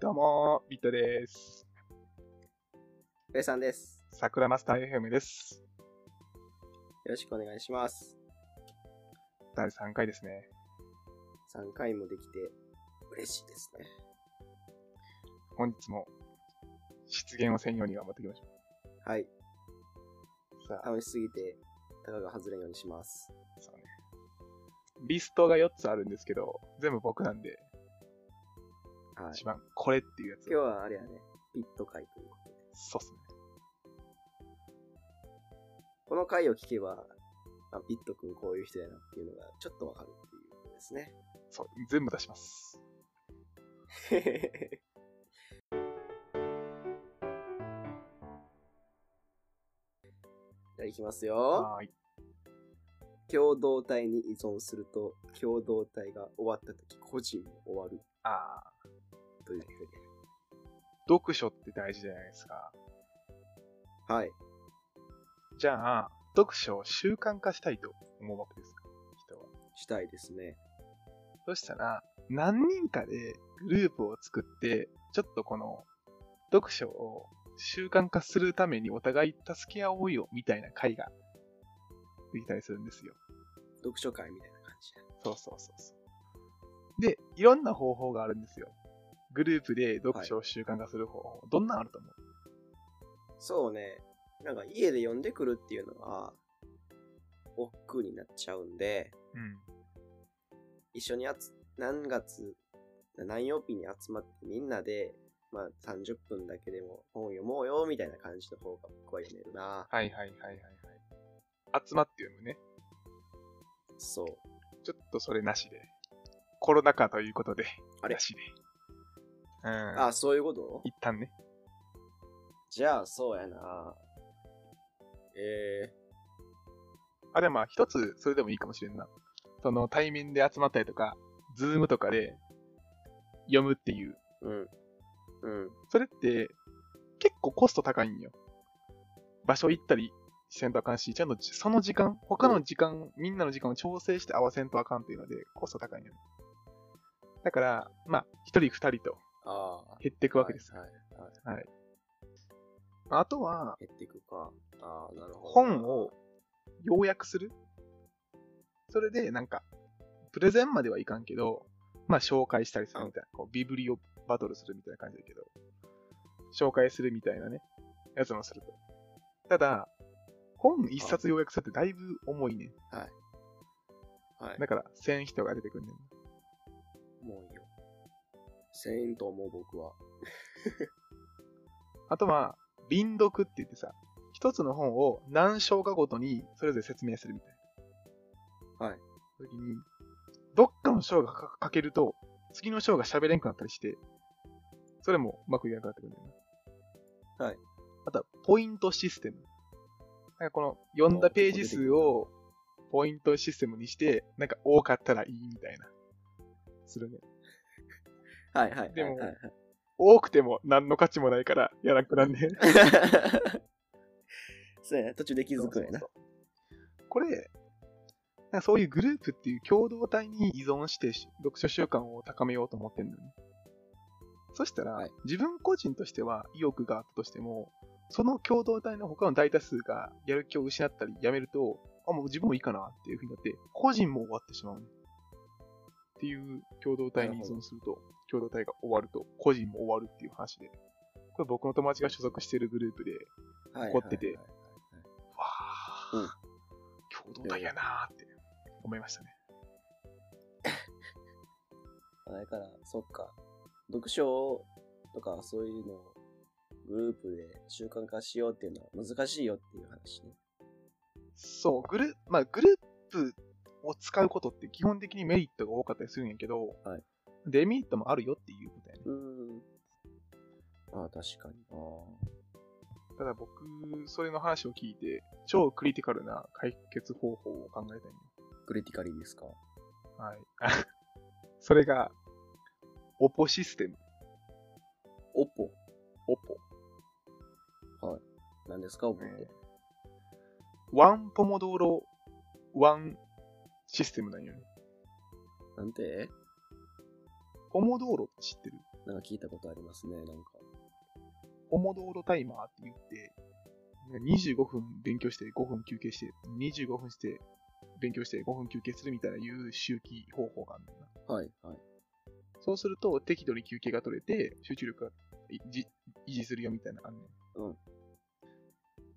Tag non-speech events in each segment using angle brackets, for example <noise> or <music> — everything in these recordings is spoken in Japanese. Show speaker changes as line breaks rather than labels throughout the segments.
どうもー、ビットです。
上さんです。
桜マスター FM です。
よろしくお願いします。
第3回ですね。
3回もできて嬉しいですね。
本日も、失言をせんように頑張っていきましょ
はい。
う。さあ、
楽しすぎて、たかが外れんようにします。
そうね。リストが4つあるんですけど、全部僕なんで、
はい。
一番これっていうやつ。
今日はあれやね、ピット会ということで。
そうっすね。
この回を聞けば、あピットくんこういう人やなっていうのがちょっとわかるっていうことですね。 <laughs>
そう、全部出します。
じゃあいきますよ。
はーい。
共同体に依存すると、共同体が終わった時、個人も終わる
あー、
というふうで。
読書って大事じゃないですか。
はい。
じゃあ、読書を習慣化したいと思うわけですか人は。
したいですね。
そしたら、何人かでグループを作って、ちょっとこの、読書を習慣化するためにお互い助け合おうよ、みたいな会ができたりするんですよ。
読書会みたいな感じや。
そうそうそうそう。で、いろんな方法があるんですよ。グループで読書を習慣化する方法、どんなのあると思う
そうね。なんか家で読んでくるっていうのは、億劫になっちゃうんで、
うん。
一緒にあつ何月、何曜日に集まってみんなで、まあ30分だけでも本読もうよみたいな感じの方が僕は読めるな。
はいはいはいはいはい。集まって読むね。
そう。
ちょっとそれなしで。コロナ禍ということで。
あれ
なしで。うん。
あ、そういうこと
一旦ね。
じゃあそうやな。え
あ、でもまあ一つそれでもいいかもしれんな。その対面で集まったりとか、ズームとかで読むっていう。
ー、うん。うん。
それって結構コスト高いんよ。場所行ったりせんとあかんし、ちゃんとじその時間、他の時間、みんなの時間を調整して合わせんとあかんっていうのでコスト高いんよね。だから、まあ一人二人と
ああ。
減っていくわけです。
はい。はいはい
あとは、
減っていくか。ああ、なるほど。
本を要約する。それで、なんか、プレゼンまではいかんけど、まあ、紹介したりするみたいな、こうビブリオバトルするみたいな感じだけど、紹介するみたいなね、やつもすると。ただ、本一冊要約するってだいぶ重いね。
はい。
だから、1000人が出てくんねん。
もういいよ。せえんと思う僕は。
あとは、輪読って言ってさ、一つの本を何章かごとにそれぞれ説明するみたいな。
はい。
時に、どっかの章がかかけると、次の章が喋れんくなったりして、それもうまくいかなくなってくるんだよな。
はい。
あとは、ポイントシステム。なんかこの、読んだページ数をポイントシステムにして、なんか多かったらいいみたいな。するね。
はいはい。
でも
はいはい
多くても何の価値もないから、やらなくなんね。
はい、 <laughs> そうやな、途中で気づくんやな。
そうそうそうこれ、なんかそういうグループっていう共同体に依存してし読書習慣を高めようと思ってるのね。そしたら、
はい
自分個人としては意欲があったとしても、その共同体の他の大多数がやる気を失ったりやめると、あ、もう自分もいいかなっていうふうになって、個人も終わってしまうね。っていう共同体に依存すると、共同体が終わると、個人も終わるっていう話で。これ僕の友達が所属しているグループで、
はい
怒ってて
はいは
わ
い
あ、
うん
共同体やなーって思いましたね。
はいだから、そっか。読書とかそういうのをグループで習慣化しようっていうのは難しいよっていう話ね。
そう、グル,、まあ、グループを使うことって基本的にメリットが多かったりするんやけど、
はい
デメリットもあるよっていうことやね。
うん。ああ、確かに。あ
ただ僕、それの話を聞いて、超クリティカルな解決方法を考えたいんよ
あ。クリティカリーですか
はい。 <laughs> それが、オポシステム。
オポ。
オポ。
何ですかオポって。
ねワンポモドーロ、ワンシステムなんよね。
なんて
ポモドーロって知ってる
なんか聞いたことありますね、なんか。
ポモドーロタイマーって言って、25分勉強して5分休憩して、25分して勉強して5分休憩するみたいないう周期方法があるんだよな。
はい、はい。
そうすると適度に休憩が取れて集中力が維持維持するよみたいなのあるね。
うん。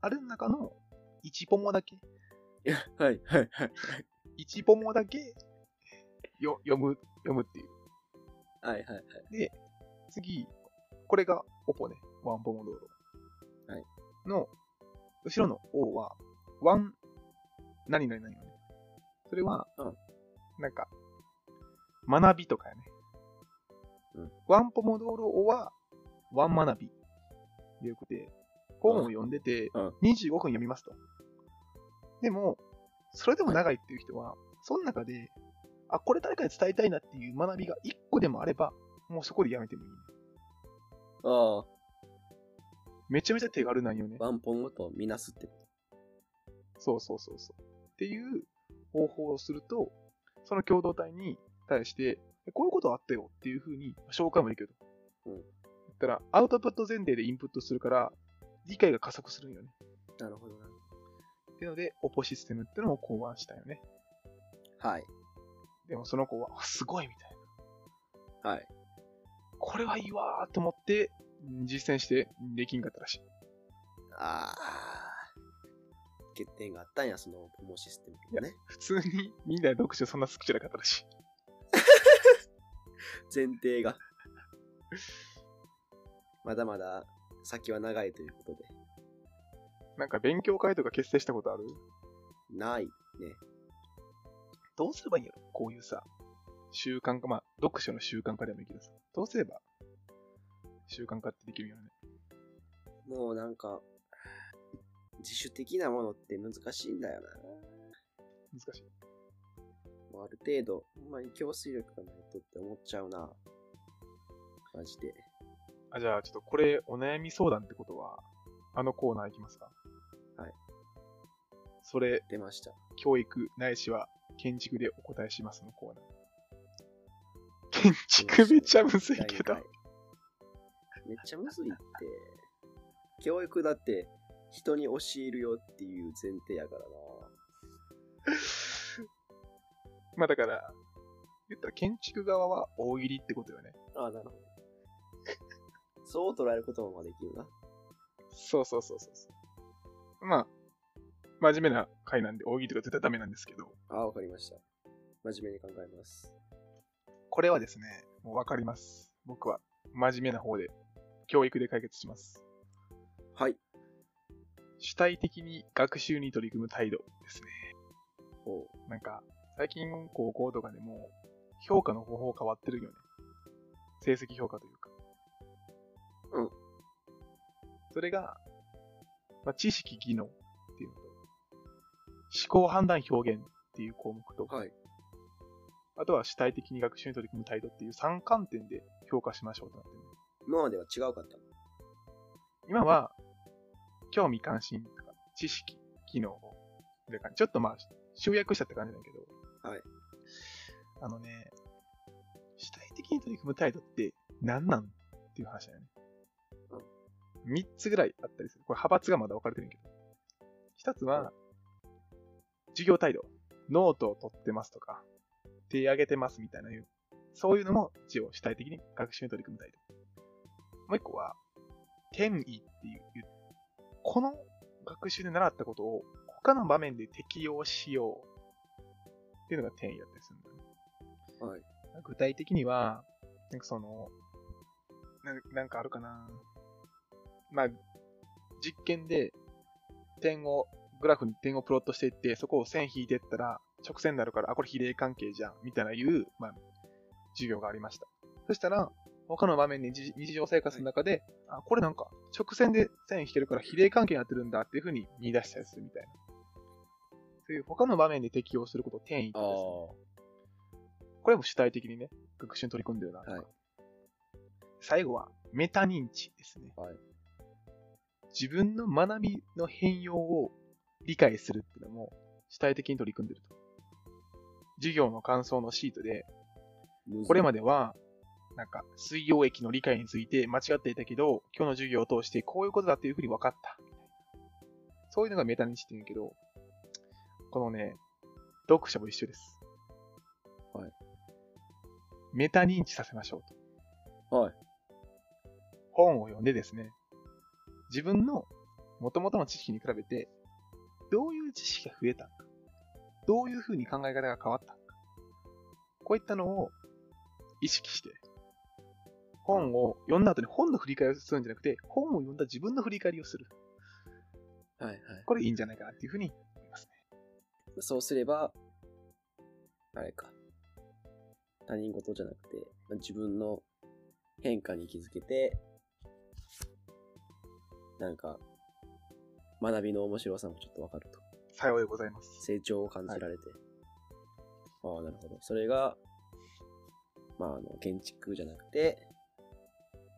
あれの中の1ポモだけ、
いや、はい、はい、はい。
1ポモだけよ読む、読むっていう。
はい、はい、はい。
で、次、これがオポね。ワンポモドーロ。
はい。
の、後ろの O は、ワン、何々何々。それは、
うん
なんか、学びとかやね。
うん
ワンポモドーロ O は、ワン学び。でよくて、本を読んでて、
うん
25分読みますと。でも、それでも長いっていう人は、その中で、あ、これ誰かに伝えたいなっていう学びが1個でもあれば、もうそこでやめてもいい、ね。
ああ、
めちゃめちゃ手軽なんよね。
ワンポンごとみなすってこ
そうそうそうそう。っていう方法をすると、その共同体に対して、えこういうことあったよっていうふうに紹介もできると。
うん
だったら、アウトプット前提でインプットするから、理解が加速するんよね。
と。なるほどな。
っていうので、オポシステムってのを考案したよね。
はい、
でもその子は、あすごいみたいな。
はい。
これはいいわーと思って、うん実践してできんかったらしい。
ああ。欠点があったんや、そのポモシステムね。
普通にみんな読書そんな好きじゃなかったらしい。
前提が。 <laughs> まだまだ先は長いということで。
なんか勉強会とか結成したことある
ないね。
どうすればいいんやろこういうさ、習慣化、まあ、読書の習慣化でもいいけどさ、どうすれば習慣化ってできるんやろね。
もうなんか、自主的なものって難しいんだよな。
難しい。
もうある程度、ほんまに強水力がないとって思っちゃうな。マジで。
あ、じゃあ、ちょっとこれ、お悩み相談ってことは、あのコーナーいきますか
はい。
それ、
出ました。
教育、ないしは、建築でお答えしますのコーナー。建築めっちゃむずいけど
第二。回めっちゃむずいって。教育だって人に教えるよっていう前提やからな。
まあだから、言ったら建築側は大喜利ってことよね。
ああ、なるほど。そう捉えることもできるな。
そうそうそうそうそう。まあ、真面目な回なんで、大喜利とか絶対ダメなんですけど、
ああ、わかりました。真面目に考えます。
これはですね、もうわかります。僕は、真面目な方で、教育で解決します。
はい。
主体的に学習に取り組む態度ですね。
ほ
なんか、最近高校とかでも、評価の方法変わってるよね。成績評価というか。
うん。
それが、まあ、知識、技能っていうのと、思考、判断、表現っていう項目と、
う。はい。
あとは主体的に学習に取り組む態度っていう3観点で評価しましょうとなってるね。
今までは違うかった。
今は、興味関心とか、知識、技能を、でちょっとまあ、集約したって感じだけど、
はい。
あのね、主体的に取り組む態度って何なんっていう話だよね。3つぐらいあったりする。これ派閥がまだ分かれてるんやけど。1つは、授業態度。ノートを取ってますとか、手上げてますみたいないう、そういうのも一応主体的に学習に取り組む態度。もう1個は、転移っていう、この学習で習ったことを他の場面で適用しようっていうのが転移だったりするんだよね。
はい。
具体的には、なんかその、ななんかあるかなまあ、実験で点を、グラフに点をプロットしていって、そこを線引いていったら直線になるから、あ、これ比例関係じゃん、みたいないう、まあ、授業がありました。そしたら、他の場面に日日常生活の中で、あ、これなんか直線で線引けるから比例関係になってるんだっていうふうに見出したりするみたいな。そういう他の場面で適用することを転移って
あ
言うんですね。これも主体的にね、学習に取り組んでるなとか。
はい
最後は、メタ認知ですね。
はい
自分の学びの変容を理解するっていうのも、主体的に取り組んでると。授業の感想のシートで、
ー。
これ
ま
までは、なんか、水溶液の理解について間違っていたけど、今日の授業を通してこういうことだっていうふうに分かった。そういうのがメタ認知って言うんやけど、このね、読者も一緒です。
はい。
メタ認知させましょうと。
はい。
本を読んでですね、自分の元々の知識に比べて、どういう知識が増えたのか、どういうふうに考え方が変わったのか、こういったのを意識して、本を読んだ後に本の振り返りをするんじゃなくて、本を読んだ自分の振り返りをする。
はいはい。
これいいんじゃないかなっていうふうに思いますね。
そうすれば、あれか。他人事じゃなくて、まあ自分の変化に気づけて、なんか、学びの面白さもちょっとわかると。
さようでございます。
成長を感じられて。ああ、なるほど。それが、まあ、あの、建築じゃなくて、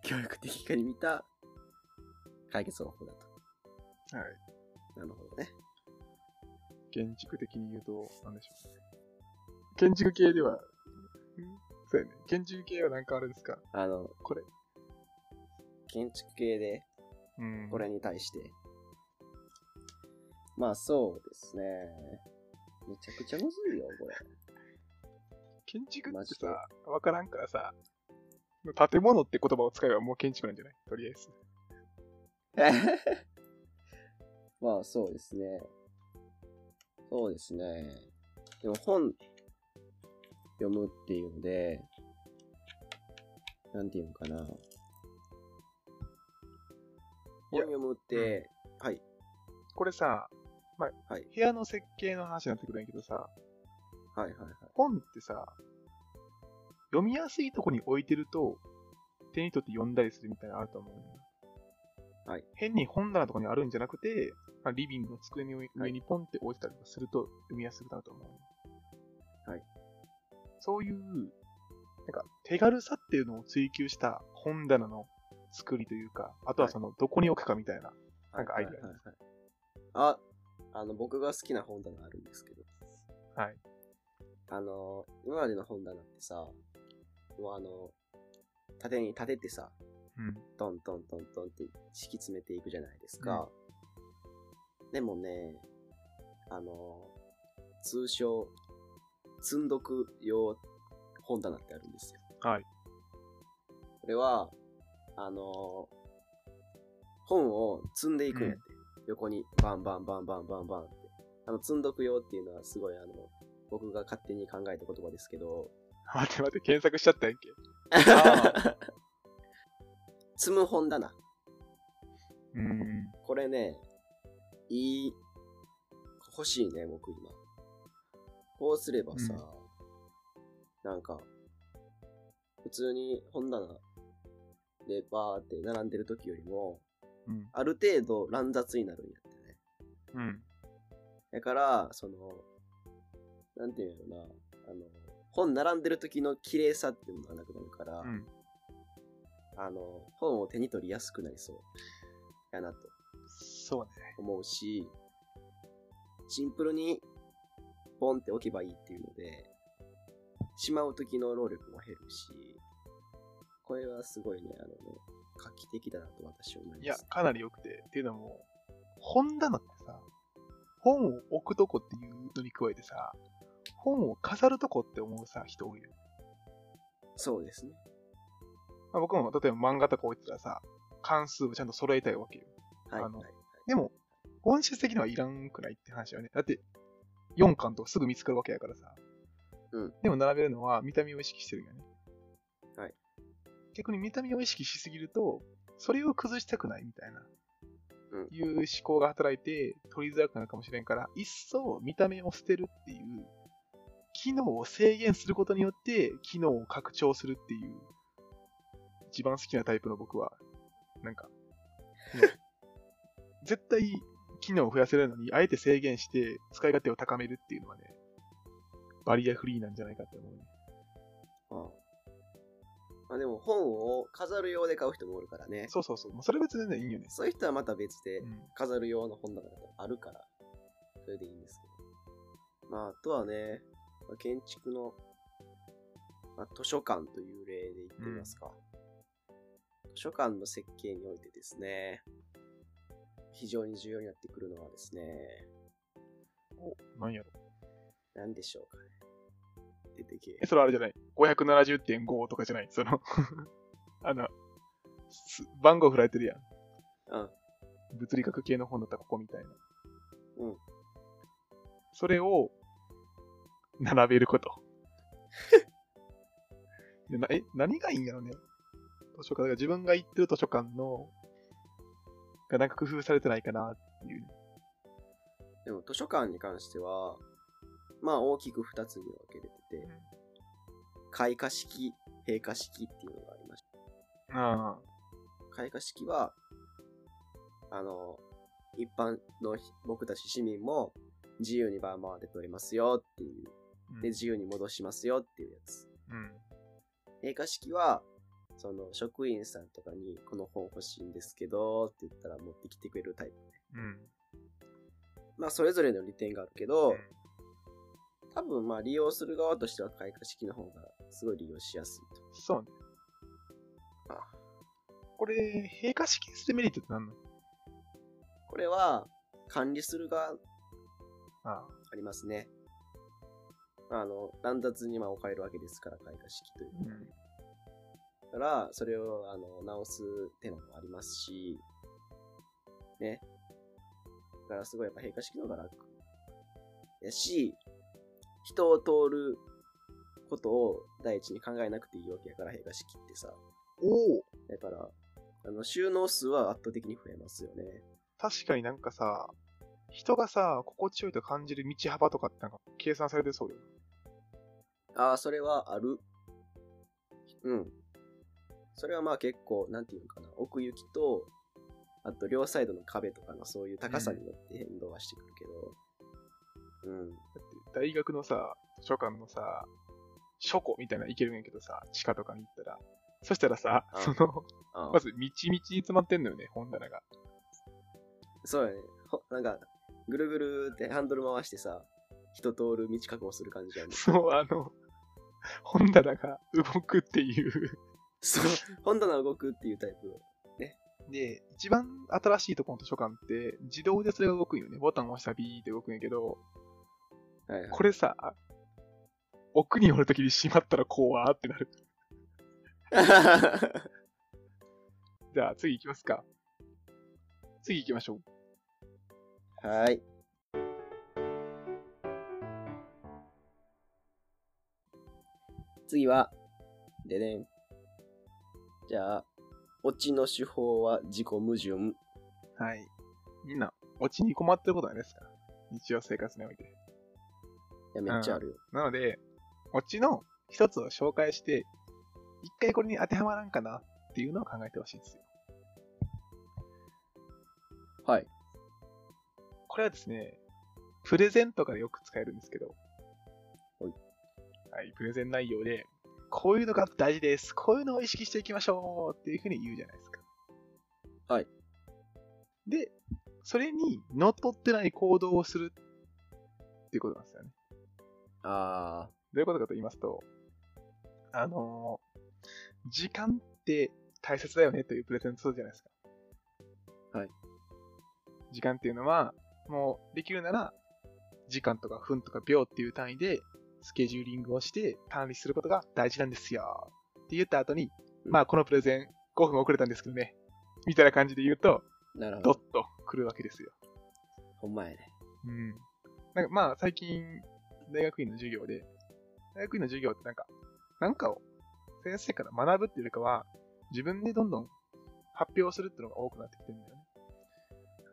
教育的化に見た解決方法だと。
はい。
なるほどね。
建築的に言うと、なんでしょうね。建築系では、んそうやね。建築系はなんかあれですか
あの、
これ。
建築系で、
うん
これに対して。まあそうですね。めちゃくちゃむずいよ、これ。
建築
マ
って
ジで
さ、わからんからさ、建物って言葉を使えばもう建築なんじゃないとりあえず。
まあそうですね。そうですね。でも本読むっていうので、なんていうのかな。本読むって、はい。
これさ、まあ、
はい
部屋の設計の話になってくるんやけどさ、
はいはいはい。
本ってさ、読みやすいとこに置いてると、手に取って読んだりするみたいなのあると思うんだよな
はい。
変に本棚とかにあるんじゃなくて、まあ、リビングの机の上にポンって置いてたりとかすると読みやすくなると思う。
はい。
そういう、なんか手軽さっていうのを追求した本棚の作りというか、あとはそのどこに置くかみたいな。なんかアイデアあり
はいはいはいあ、あの、僕が好きな本棚あるんですけど。
はい。
あの、今までの本棚ってさ、もうあの、縦に立ててさ、
うん。
トントントントンって敷き詰めていくじゃないですか。でもね、あの、通称、積んどく用本棚ってあるんですよ。
はい。
これは、あの、本を積んでいくんやって。横にバンバンバンバンバンバンって。あの、積んどく用っていうのはすごいあの、僕が勝手に考えた言葉ですけど、
<laughs> 待って待って、検索しちゃったやん <laughs> け。
積む本棚。
うん。
これね、いい、欲しいね、僕今。こうすればさ、なんか、普通に本棚でバーって並んでる時よりも、
うん。
ある程度乱雑になるんやってね。
うん。
だから、その、なんていうのな、あの、本並んでる時の綺麗さっていうのがなくなるから、
うん。
あの、本を手に取りやすくなりそう。やなと。
そうね。
思うし、シンプルにポンって置けばいいっていうので、しまう時の労力も減るし、これはすごいね、あのね、画期的だなと私は思います。
いや、かなり良くて。っていうのも、本棚ってさ、本を置くとこっていうのに加えてさ、本を飾るとこって思うさ、人多いよ。
そうですね。
まあ、僕も例えば漫画とか置いてたらさ、関数をちゃんと揃えたいわけよ。
は
あ
い、はい
の。でも、本質的にはいらんくないって話よね。だって、4巻とかすぐ見つかるわけやからさ。
うん
でも並べるのは見た目を意識してるんよね。
はい。
逆に見た目を意識しすぎると、それを崩したくないみたいな、
うん
いう思考が働いて取りづらくなるかもしれんから、一層見た目を捨てるっていう、機能を制限することによって、機能を拡張するっていう、一番好きなタイプの僕は、なんか、絶対機能を増やせるのに、あえて制限して使い勝手を高めるっていうのはね、バリアフリーなんじゃないかって思うね。
まあまあでも本を飾る用で買う人もおるからね。
そうそうそう。まあ、それ別に全然いいよね。
そういう人はまた別で
うん。
飾る用の本棚があるから、それでいいんですけど。まあ、あとはね、まあ建築の、まあ、図書館という例で言ってみますか、図書館の設計においてですね、非常に重要になってくるのはですね、
お、なんやろ。
何でしょうかね。出てけえ
え、それあれじゃない。570.5とかじゃない。その、 <laughs> あの、す番号振られてるやん。
うん。
物理学系の本だったらここみたいな。
うん。
それを、並べること。 <laughs> でなえ、何がいいんやろね。図書館、だから自分が行ってる図書館の、がなんか工夫されてないかなっていう。
でも図書館に関しては、まあ大きく2つに分けれてて、開花式、閉花式っていうのがありました。
ああ。
開花式は、あの、一般のひ僕たち市民も自由にバーマーで取れますよっていう、
うん
で、自由に戻しますよっていうやつ。
うん。
閉会式は、その職員さんとかにこの本欲しいんですけどって言ったら持ってきてくれるタイプ。
うん。
まあそれぞれの利点があるけど、多分まあ利用する側としては開花式の方がすごい利用しやすいと。
そうね。
あ
これ、閉会式にするメリットって何なの
これは管理する側
あ
ありますね。あの、乱雑にまあ置かれるわけですから、開花式という
あ。。うん。
だから、それをあの直す手間もありますし、ね。だからすごいやっぱ閉会式の方が楽。やし、人を通ることを第一に考えなくていいわけやから、閉会式ってさ。
おお
だから、あの、収納数は圧倒的に増えますよね。
確かになんかさ、人がさ、心地よいと感じる道幅とかってなんか計算されてそうよ。
ああ、それはある。うん。それはまあ結構、なんていうのかな、奥行きと、あと両サイドの壁とかのそういう高さによって変動はしてくるけど、うん。
だって、大学のさ、図書館のさ、書庫みたいなの行けるんやけどさ、地下とかに行ったら。そしたらさ、
あ
その、
あ
まず、みちみちに詰まってんのよね、本棚が。
そうやね。ほなんか、ぐるぐるってハンドル回してさ、人通る道確保する感
<laughs>
じやね。
そう、あの、本棚が動くっていう。
そう。本棚動くっていうタイプ。
で、一番新しいとこの図書館って、自動でそれが動くんよね。ボタンを押したらビーって動くんやけど、
はいはい。
これさ、奥におるときに閉まったら怖ーってなる。
<laughs>
じゃあ次行きますか。次行きましょう。
はい。次は、ででん。じゃあ、オチの手法は自己矛盾。
はい。みんな、オチに困ってることはないですか日常生活において。
いや、めっちゃあるよ。
なので、オチの一つを紹介して、一回これに当てはまらんかなっていうのを考えてほしいんですよ。
はい。
これはですね、プレゼンとかでよく使えるんですけど、
はい
はい、プレゼン内容で、こういうのが大事です。こういうのを意識していきましょうっていうふうに言うじゃないですか。
はい。
で、それに乗っ取ってない行動をするっていうことなんですよね。
あ
どういうことかと言いますと、あのー時間って大切だよねというプレゼントするじゃないですか。
はい。
時間っていうのは、もうできるなら、時間とか分とか秒っていう単位でスケジューリングをして管理することが大事なんですよ。って言った後に、
うん
まあこのプレゼン5分遅れたんですけどね。みたいな感じで言うと、
ー、なるほ
ドッ
ど。
と来るわけですよ。
ほんまやね。
うん。なんかまあ最近、大学院の授業で、大学院の授業ってなんか、なんかを先生から学ぶっていうよりかは、自分でどんどん発表するっていうのが多くなってきてるんだよね。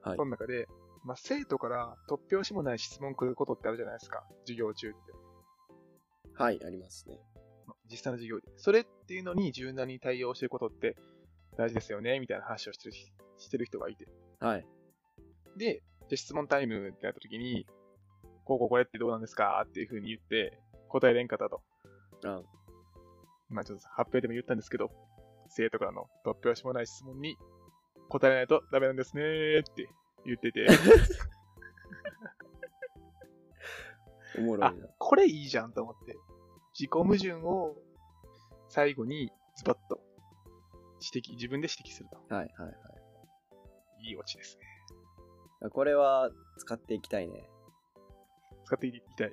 はい
その中で、まあ、生徒から突拍子もない質問来ることってあるじゃないですか。授業中って。
はい、ありますね。
実際の授業で。それっていうのに柔軟に対応してることって大事ですよね、みたいな話をしてる人してる人がいて。
はい。
で、じゃあ質問タイムってなった時に、こうこうこれってどうなんですかっていう風に言って、答えれんかったと。
うん。
まあちょっと発表でも言ったんですけど、生徒からの突拍子もない質問に答えないとダメなんですねーって言ってて、
おもろいな。
これいいじゃんと思って。自己矛盾を最後にズバッと指摘、自分で指摘すると。
はいはいはい
いいオチですね。
あ。これは使っていきたいね。
使っていきたい。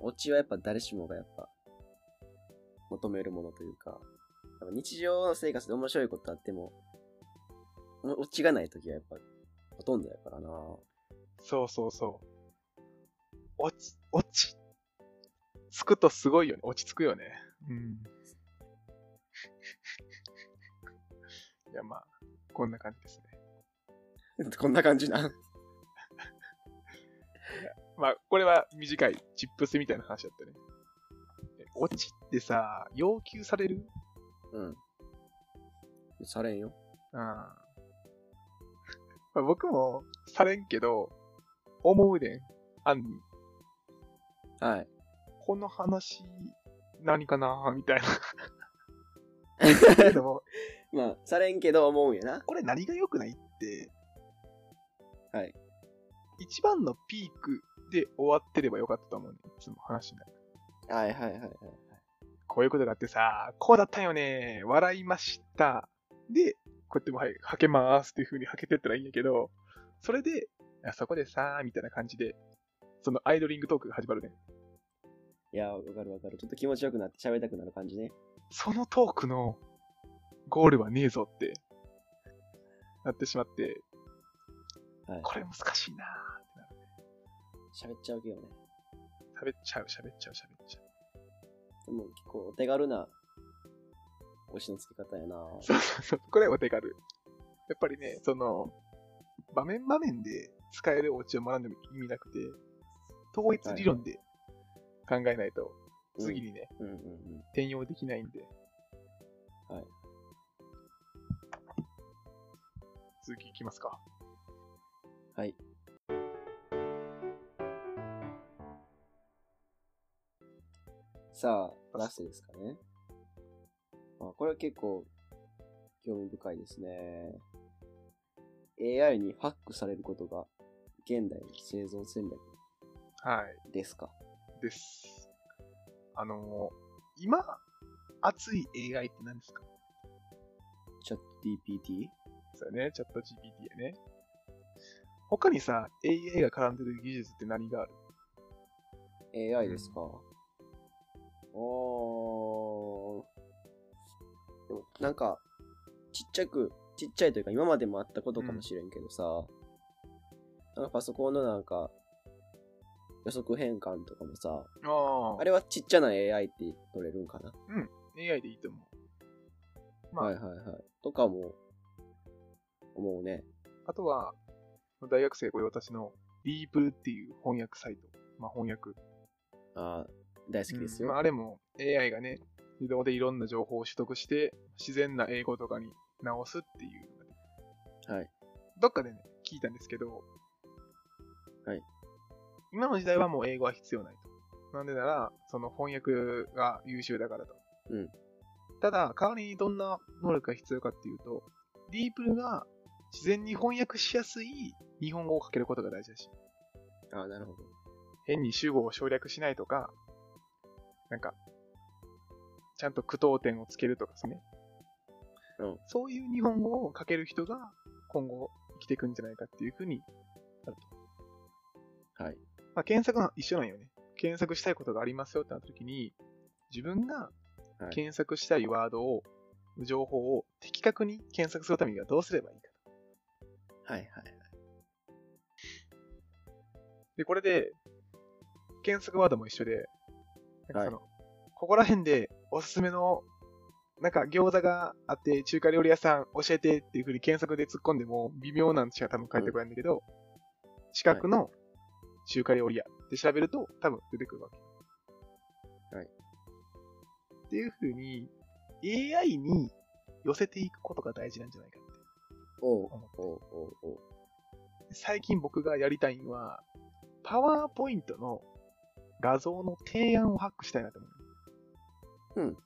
オチはやっぱ誰しもがやっぱ求めるものというか、やっぱ日常の生活で面白いことあっても、おオチがない時はやっぱほとんどやからな。 <laughs>
そうそうそう。落ち、落ち、つくとすごいよね。落ち着くよね。うん。 <laughs> いや、まあ、こんな感じですね。
こんな感じなん。
まあ、これは短い、チップスみたいな話だったね。え落ちってさ、要求される
うん。されんよ。
うん。まあ、僕もされんけど、思うねん。あんに。
はい。
この話、何かなみたいな。でも、
まあ、されんけど思うんやな。
これ何が良くないって、
はい。
一番のピークで終わってればよかったと思うね。いつも話しない。
はいはいはいはい。
こういうことがあってさ、こうだったよね。笑いました。で、こうやってもうはい、はけまーすっていう風にはけてったらいいんやけど、それで、あそこでさーみたいな感じで、そのアイドリングトークが始まるね。
いや、わかるわかる。ちょっと気持ちよくなって喋りたくなる感じね。
そのトークのゴールはねえぞってなってしまって、
はい。
これ難しいなーってなる。
喋っちゃうけどね。
喋っちゃう、喋っちゃう、喋っちゃう。
でも結構お手軽な推しのつけ方 <laughs> やな。
そうそうそう。これはお手軽。やっぱりね、その、場面場面で使えるお家を学んでも意味なくて、統一理論で考えないと、
うん
次。にね、
うんうんうん。
転用できないんで。
はい。
続きいきますか。
はい。さあ、ラストですかね。あこれは結構興味深いですね。AI にハックされることが現代の生存戦略
は
ですか
い。です。あのー今、熱い AI って何ですか
チャット GPT?
そうよね、チャット GPT やね。他にさ、AI が絡んでる技術って何がある
AI ですか。おー。でも、なんか、ちっちゃく、ちっちゃいというか、今までもあったことかもしれんけどさ、なんかパソコンのなんか、予測変換とかもさ、
あ
あれはちっちゃな AI って取れるんかな、
れ ?AI でいいと思う。まあ
はいはいはい。とかも、思うね。
あとは、大学生これ私のディープルっていう翻訳サイト。まあ翻訳。
ああ、大好きですよ。
うんまあ、あれも AI がね、自動でいろんな情報を取得して、自然な英語とかに直すっていうのがね
はい。
どっかでね、聞いたんですけど、
はい。
今の時代はもう英語は必要ないと。なんでなら、その翻訳が優秀だからと。
うん
ただ、代わりにどんな能力が必要かっていうと、ディープルが自然に翻訳しやすい日本語を書けることが大事だし。
ああ、なるほど。
変に主語を省略しないとか、なんか、ちゃんと句読点をつけるとかですね。
うん
そういう日本語を書ける人が今後生きていくんじゃないかっていうふうになると。
はい。
まあ、検索は一緒なんよね。検索したいことがありますよってなった時に、自分が
はい
検索したいワードを、情報を的確に検索するためにはどうすればいいか。
はいはい。
で、これで、検索ワードも一緒で、なんか
はい
その、ここら辺でおすすめの、なんか餃子があって、中華料理屋さん教えてっていうふうに検索で突っ込んでも、微妙なんしか多分返ってこないんだけど、近くの中華料理屋で調べると多分出てくるわけ。
はい。
っていうふうに、AI に寄せていくことが大事なんじゃないかって。
おう
思って、
おう、おう、おう。
最近僕がやりたいのは、パワーポイントの画像の提案をハックしたいなと思う。
うん。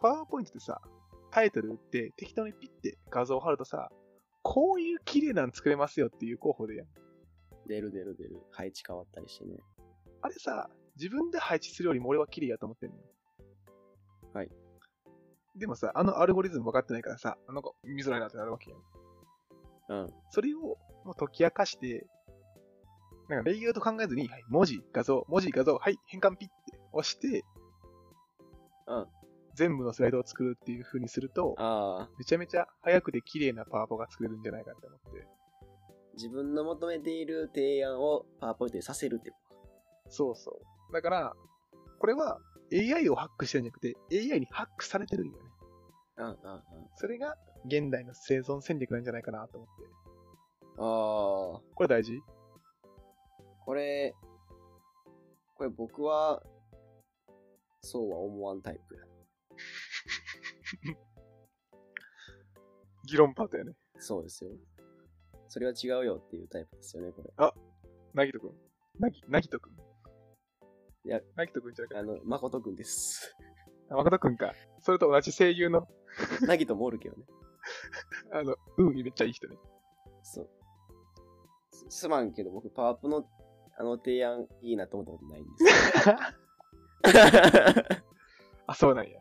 パワーポイントってさ、タイトル打って適当にピッて画像を貼るとさ、こういう綺麗なの作れますよっていう候補でやん。
出る出る出る。配置変わったりしてね。
あれさ、自分で配置するよりも俺は綺麗やと思ってんのよ。
はい。
でもさ、あのアルゴリズム分かってないからさ、あの子見づらいなってなるわけやん。
うん。
それをもう解き明かして、なんかレイアウト考えずに、はい、文字、画像、文字、画像、はい、変換ピッて押して、
うん。
全部のスライドを作るっていう風にすると、
ああ、
めちゃめちゃ早くで綺麗なパワポが作れるんじゃないかって思って。
自分の求めている提案をパワーポイントにさせるってことか。
そうそう。だから、これは AI をハックしてるんじゃなくて、AI にハックされてるんだよね。
うんうんうん。
それが現代の生存戦略なんじゃないかなと思って。
ああ、
これ大事
これ、これ僕は、そうは思わんタイプや。
議論パートやね。
そうですよ。それは違うよっていうタイプですよね、これ。
なぎとくん。なぎ、なぎとくん。
いや、
なぎとくんじゃなくて
あの、誠くんです。
あ、まことくんか。それと同じ声優の、
なぎともおるけどね。
あの、うんにめっちゃいい <laughs> 人ね。
そう。すすまんけど、僕、パワープの、あの提案、いいなと思ったことないんですよ。
あ、そうなんや。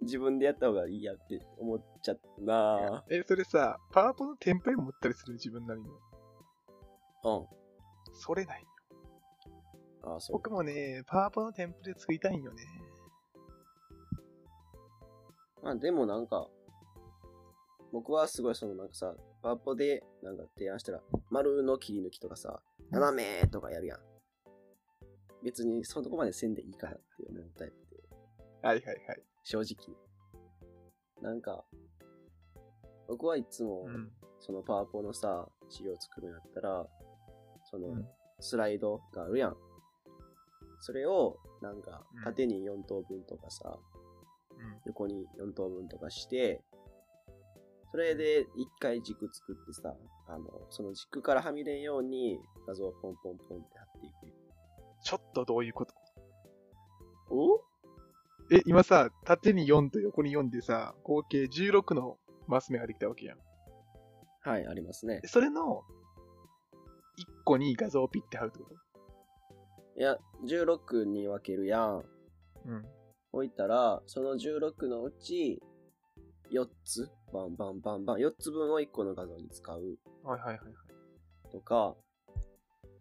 自分でやった方がいいやって思っちゃったな
え、それさ、パワポのテンプレ持ったりする自分なりの。
ぁ。うん。
それない。
ああ、そう
僕
か。
もね、パワポのテンプレ作りたいんよね。
まあでもなんか、僕はすごいそのなんかさ、パワポでなんか提案したら、丸の切り抜きとかさ、斜めとかやるやん。別にそのとこまでせんでいいかなって思うタイプで、
はいはいはい。
正直。なんか、僕はいつも、
うん。
そのパワポのさ、資料作るんやったら、その、
うん
スライドがあるやん。それを、なんか
うん、
縦に4等分とかさ、横に4等分とかして、それで一回軸作ってさ、あの、その軸からはみ出んように画像をポンポンポンって貼っていく。
ちょっとどういうこと
お
え、今さ、縦に4と横に4でさ、合計16のマス目ができたわけやん。
はい、ありますね
え。それの、1個に画像をピッて貼るってこと
いや、16に分けるやん。
うん。
置いたら、その16のうち、4つ、バンバンバンバン、4つ分を1個の画像に使う
はいはいはい。
とか、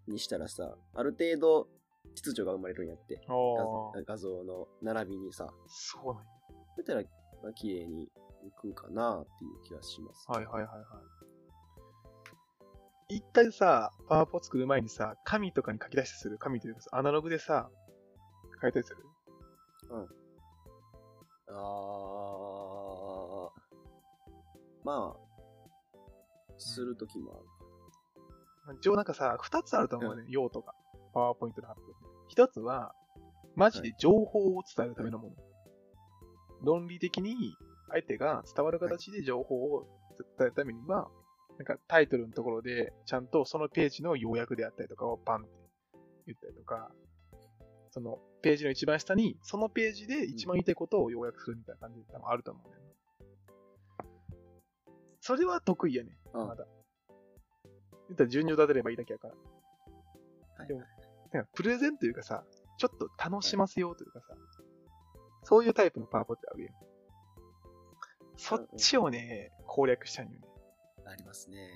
にしたらさ、ある程度、秩序が生まれるんやって。
あ
画
あ、
画像の並びにさ。
そうなんや。
だったら、まあ、綺麗にいくかなっていう気がします。
はいはいはいはい。一回さ、パワーポ作る前にさ、紙とかに書き出してする。紙というかさ、アナログでさ、書いたりする。
あー、まあ、するときもある。
まあ一応なんかさ、二つあると思うね、用途が。パワーポイントの発表って。一つは、マジで情報を伝えるためのもの。論理的に相手が伝わる形で情報を伝えるためには、なんかタイトルのところで、ちゃんとそのページの要約であったりとかをバンって言ったりとか、そのページの一番下に、そのページで一番言いたいことを要約するみたいな感じで多分あると思うんだよね。それは得意やね。
うん
まだ。言ったら順序立てればいいだけやから。
はい
でもなんかプレゼンというかさ、ちょっと楽しませようというかさ、そういうタイプのパワポってあるやん。そっちをね、攻略したいんよね。
ありますね。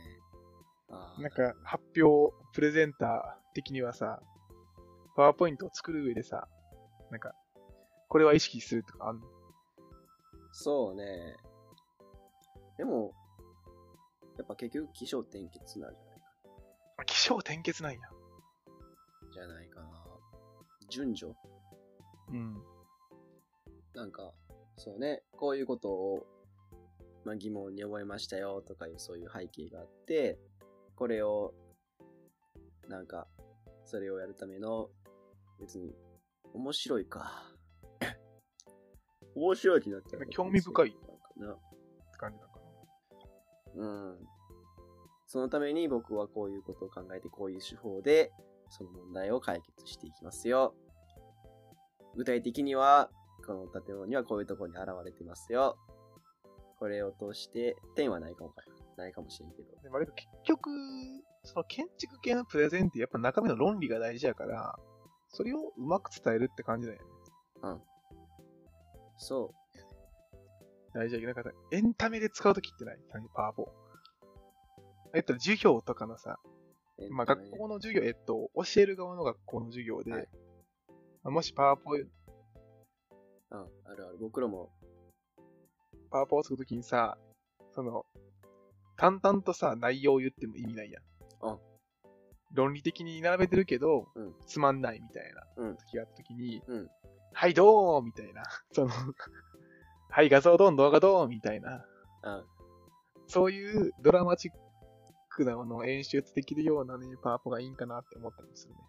あー
なんか、発表、プレゼンター的にはさ、パワーポイントを作る上でさ、なんか、これは意識するとかあんの
そうね。でも、やっぱ結局、起承転結なんじゃないか
気象転結なんや。
な。じゃないかな。順序
うん。
なんか、そうね、こういうことを、まあ、疑問に思いましたよとかいうそういう背景があって、これを、なんか、それをやるための、別に、面白い
<laughs>
か。面白いってなったら。
興味深い
なんかな。
って感じだから。
うん。そのために僕はこういうことを考えて、こういう手法で、その問題を解決していきますよ。具体的には、この建物にはこういうところに現れてますよ。これを通して、点はないかもかないかもしれんけど。
でもあれ結局、その建築系のプレゼンってやっぱ中身の論理が大事やから、それをうまく伝えるって感じだよね。
うん。そ
大事なかった。エンタメで使うときってないパワーポえっと、授業とかのさ、
う。エンタメね
まあ、学校の授業、えっと、教える側の学校の授業で、
はい
まあもしパワーポ、
うん、あるある。僕らも、
パワーポを作るときにさ、その、淡々とさ、内容を言っても意味ないやん。
うん
論理的に並べてるけど、
うん
つまんないみたいな
うん
時があったときに、
うん
はい、どうみたいな。 <laughs> その、はい、画像どん、動画どうみたいな。
うん、
そういうドラマチックなものを演出できるようなね、パワポがいいんかなって思ったんですよね。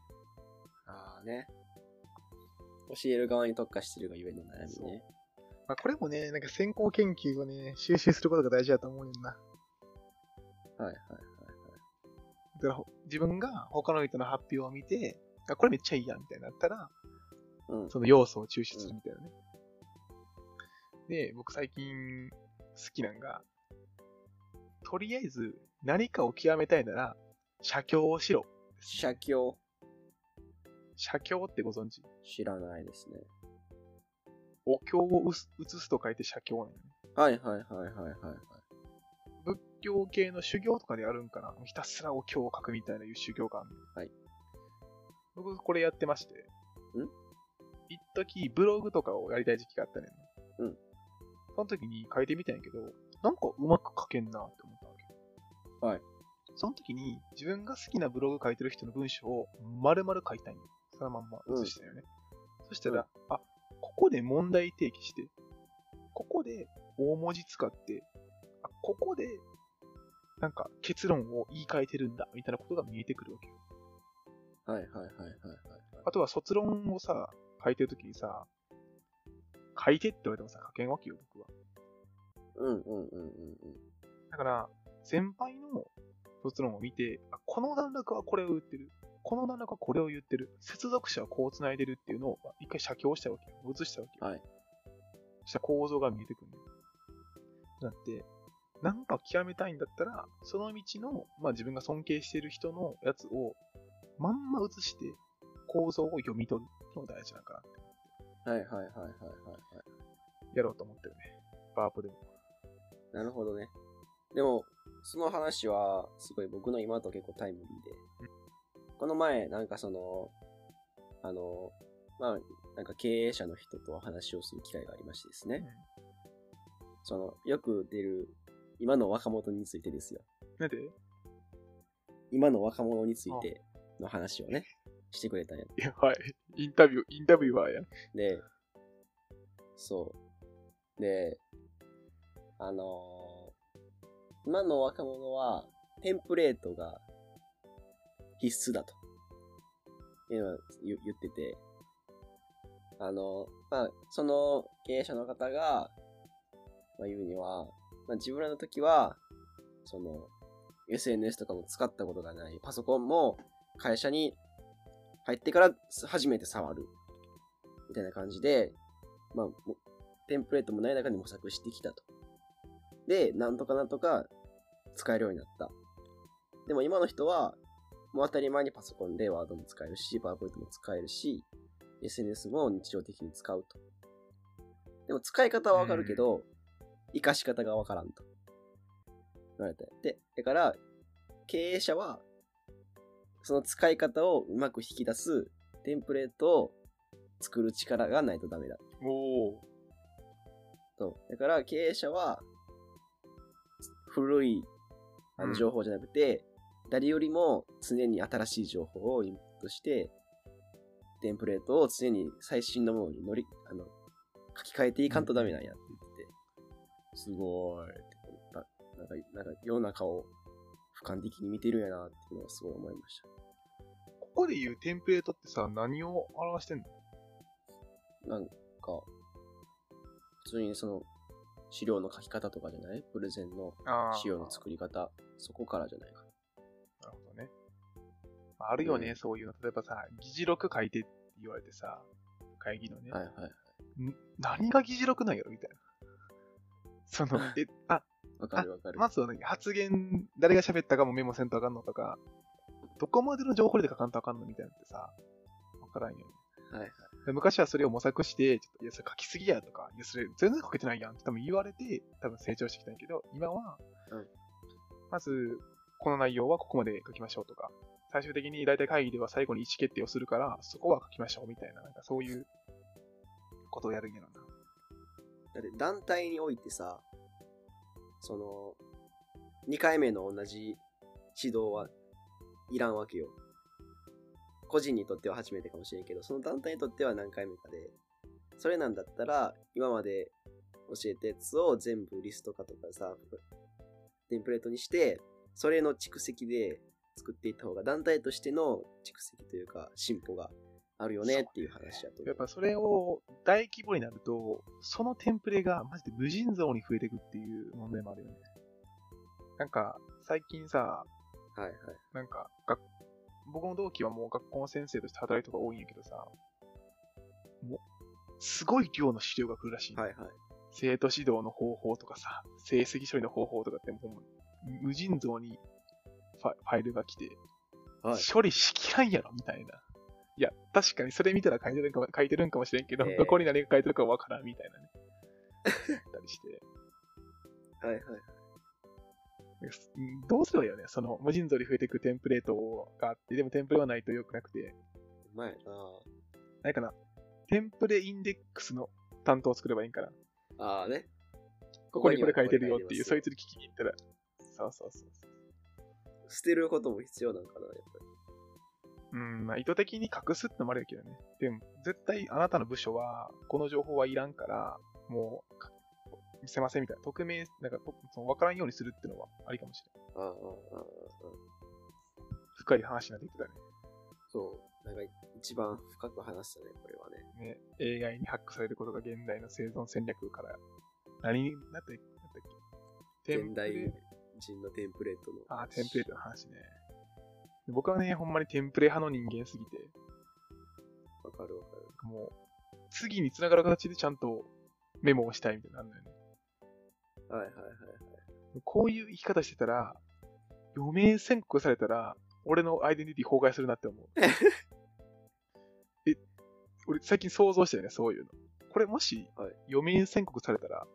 ああね。教える側に特化してるがゆえの悩みね。
まあ、これもね、なんか先行研究をね、収集することが大事だと思うねんな。
はいはいはい。
だからほ自分が他の人の発表を見て、あ、これめっちゃいいやんみたいになったら、
うん。
その要素を抽出するみたいなね。で、僕最近好きなんが、とりあえず何かを極めたいなら、写経をしろ。
写経
写経ってご存知
知らないですね。
お経をうす写すと書いて写経なんよね。
はいはいはいはいはいはい。
仏教系の修行とかであるんかなひたすらお経を書くみたいないう修行があるの
はい。
僕、これやってまして。
ん
一時ブログとかをやりたい時期があったね。
うん。
その時に書いてみたんやけど、なんかうまく書けんなって思ったわけ。
はい。
その時に自分が好きなブログ書いてる人の文章を丸々書いたんよ。そのまんま写したよね。そしたら、あ、ここで問題提起して、ここで大文字使って、あ、ここでなんか結論を言い換えてるんだ、みたいなことが見えてくるわけよ。
はいはいはいはいはい。
あとは卒論をさ、書いてるときにさ、書いてって言われてもさ、書けんわけよ、僕は。
うんうんうんうんうん。
だから、先輩の卒論を見て、あこの段落はこれを言ってる。この段落はこれを言ってる。接続詞はこう繋いでるっていうのを、まあ一回写経したわけよ。写したわけよ。
はい。
そしたら構造が見えてくるんだよ。だって、なんか極めたいんだったら、その道の、まあ自分が尊敬している人のやつを、まんま写して、構造を読み取るっていうのが大事なんかなって、
はいはいはいはいはいはい。
やろうと思ってるね。バープでも。
なるほどね。でも、その話は、すごい僕の今と結構タイムリーで。この前、なんかその、あの、まあ、なんか経営者の人とお話をする機会がありましてですね。その、よく出る、今の若者についてですよ。
なんでい
今の若者についての話をね、してくれたんや。
や、はい。インタビュー、インタビュアーや。
で、そう。で、あのー今の若者は、テンプレートが必須だと。いうのを言言ってて、あのーまあ、その経営者の方が、まあ、言うには、まあ、自分らの時は、その、SNS とかも使ったことがない。パソコンも会社に入ってから初めて触る。みたいな感じで、まあ、もテンプレートもない中で模索してきたと。で、なんとかなんとか使えるようになった。でも今の人は、もう当たり前にパソコンでワードも使えるし、パワーポイントも使えるし、SNS も日常的に使うと。でも使い方はわかるけど、活かし方がわからんと。言われて。で、だから、経営者は、その使い方をうまく引き出すテンプレートを作る力がないとダメだ。
おお。
そう。だから経営者は、古いあ
う
の
ん
情報じゃなくて、誰よりも常に新しい情報をインプットして、テンプレートを常に最新のものに乗り、あの、書き換えていかんとダメなんやって言ってて、すごーいって思った。なんか、なんか世の中を俯瞰的に見てるんやなっていうのはすごい思いました。
ここで言うテンプレートってさ、何を表してんの
なんか、普通にその、資料の書き方とかじゃないプレゼンの
あ
資料の作り方、そこからじゃないかな。
なるほどね。まああるよね、
うん
そういうの。例えばさ、議事録書いてって言われてさ、会議のね、
はいはい。
ん何が議事録なんやろみたいな。そ
<laughs>
の、え、あ、
わかるわかる。
まずは、ね、発言、誰が喋ったかもメモせんとあかんのとか、どこまでの情報量で書かんとあかんのみたいなのってさ、わからんよね。
はいはい
で昔はそれを模索して、ちょっと、いや、それ書きすぎやとか、いや、それ全然書けてないやんって多分言われて、多分成長してきたんやけど、今は、
うん
まず、この内容はここまで書きましょうとか、最終的に大体会議では最後に意思決定をするから、そこは書きましょうみたいな、なんかそういうことをやるんやろな。
だって団体においてさ、その、2回目の同じ指導はいらんわけよ。個人にとっては初めてかもしれんけど、その団体にとっては何回目かで、それなんだったら、今まで教えたやつを全部リスト化とかさ、テンプレートにして、それの蓄積で作っていった方が、団体としての蓄積というか、進歩があるよねっていう話だと思
やっ
う。
ぱそれを大規模になると、そのテンプレがマジで無尽蔵に増えていくっていう問題もあるよね。なんか、最近さ、
はいはい。
なんか、学僕の同期はもう学校の先生として働いたことが多いんやけどさ、もう、すごい量の資料が来るらしい、
はいはい。
生徒指導の方法とかさ、成績処理の方法とかってもう、無尽蔵にファファイルが来て、
はい
処理しきらんやろみたいな。いや、確かにそれ見たら書いてるんかも書いてるんかもしれんけど、
ええ
どこに何が書いてるかわからんみたい
<laughs>
なね。あったりして。
はいはい。
なんかすうんどうすればいいよね。その、無尽蔵に増えていくテンプレートがあって、でもテンプレはないと良くなくて、
うまいな
ないかな。テンプレインデックスの担当を作ればいいんかな。
ああね。
ここにこれ書いてるよっていう、
ここ
そ
に
いつに聞きに行ったら。そうそうそうそう。
捨てることも必要なのかな、やっぱり。
うん、まあ、意図的に隠すってのもあるやけどね。でも、絶対あなたの部署は、この情報はいらんから、もうか、見せませんみたいな。匿名、なんか、とその分からんようにするってのはありかもしれない。
ああ、ああ、ああ、ああ
深い話になってきてた
そう。なんか、一番深く話したね、これはね。
ね。ね、AI にハックされることが現代の生存戦略から、何になって、なんだっけテン
現
プレ
代人のテンプレートの。
あー、テンプレートの話ね。僕はね、ほんまにテンプレ派の人間すぎて、
ト。わかるわかる。
もう、次に繋がる形でちゃんとメモをしたいみたいになるのよね。
はいはいはい。
こういう生き方してたら、余命宣告されたら、俺のアイデンティティ崩壊するなって思う。
<laughs>
え、俺最近想像したよね、そういうの。これもし
はい、
余命宣告されたら、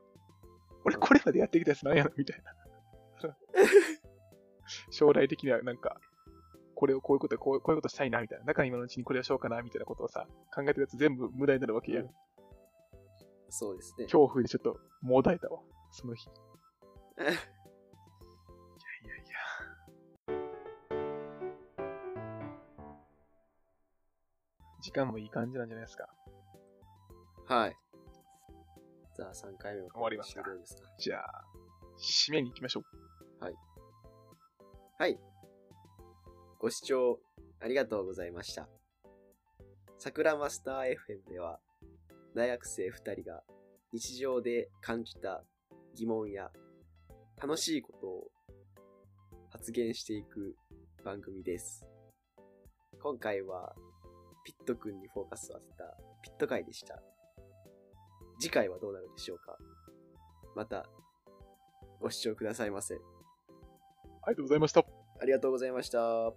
俺これまでやってきたやつなんやろみた
<laughs>
いな。将来的にはなんか、これをこういうこと、こうこういうことしたいなみたいな。だから今のうちにこれをしようかなみたいなことをさ、考えてるやつ全部無駄になるわけやん。
そうですね。
恐怖でちょっともだえたわ、その日。いやいやいや。時間もいい感じなんじゃないですか。
はい。じゃあ、3回目は
終わりました
終了ですか。
じゃあ、締めに行きましょう。
はい。ご視聴ありがとうございました。桜マスター FM では、大学生2人が日常で感じた疑問や楽しいことを発言していく番組です。今回は、ピットくんにフォーカスを当てたピット会でした。次回はどうなるでしょうかまた、ご視聴くださいませ。
ありがとうございました。
ありがとうございました。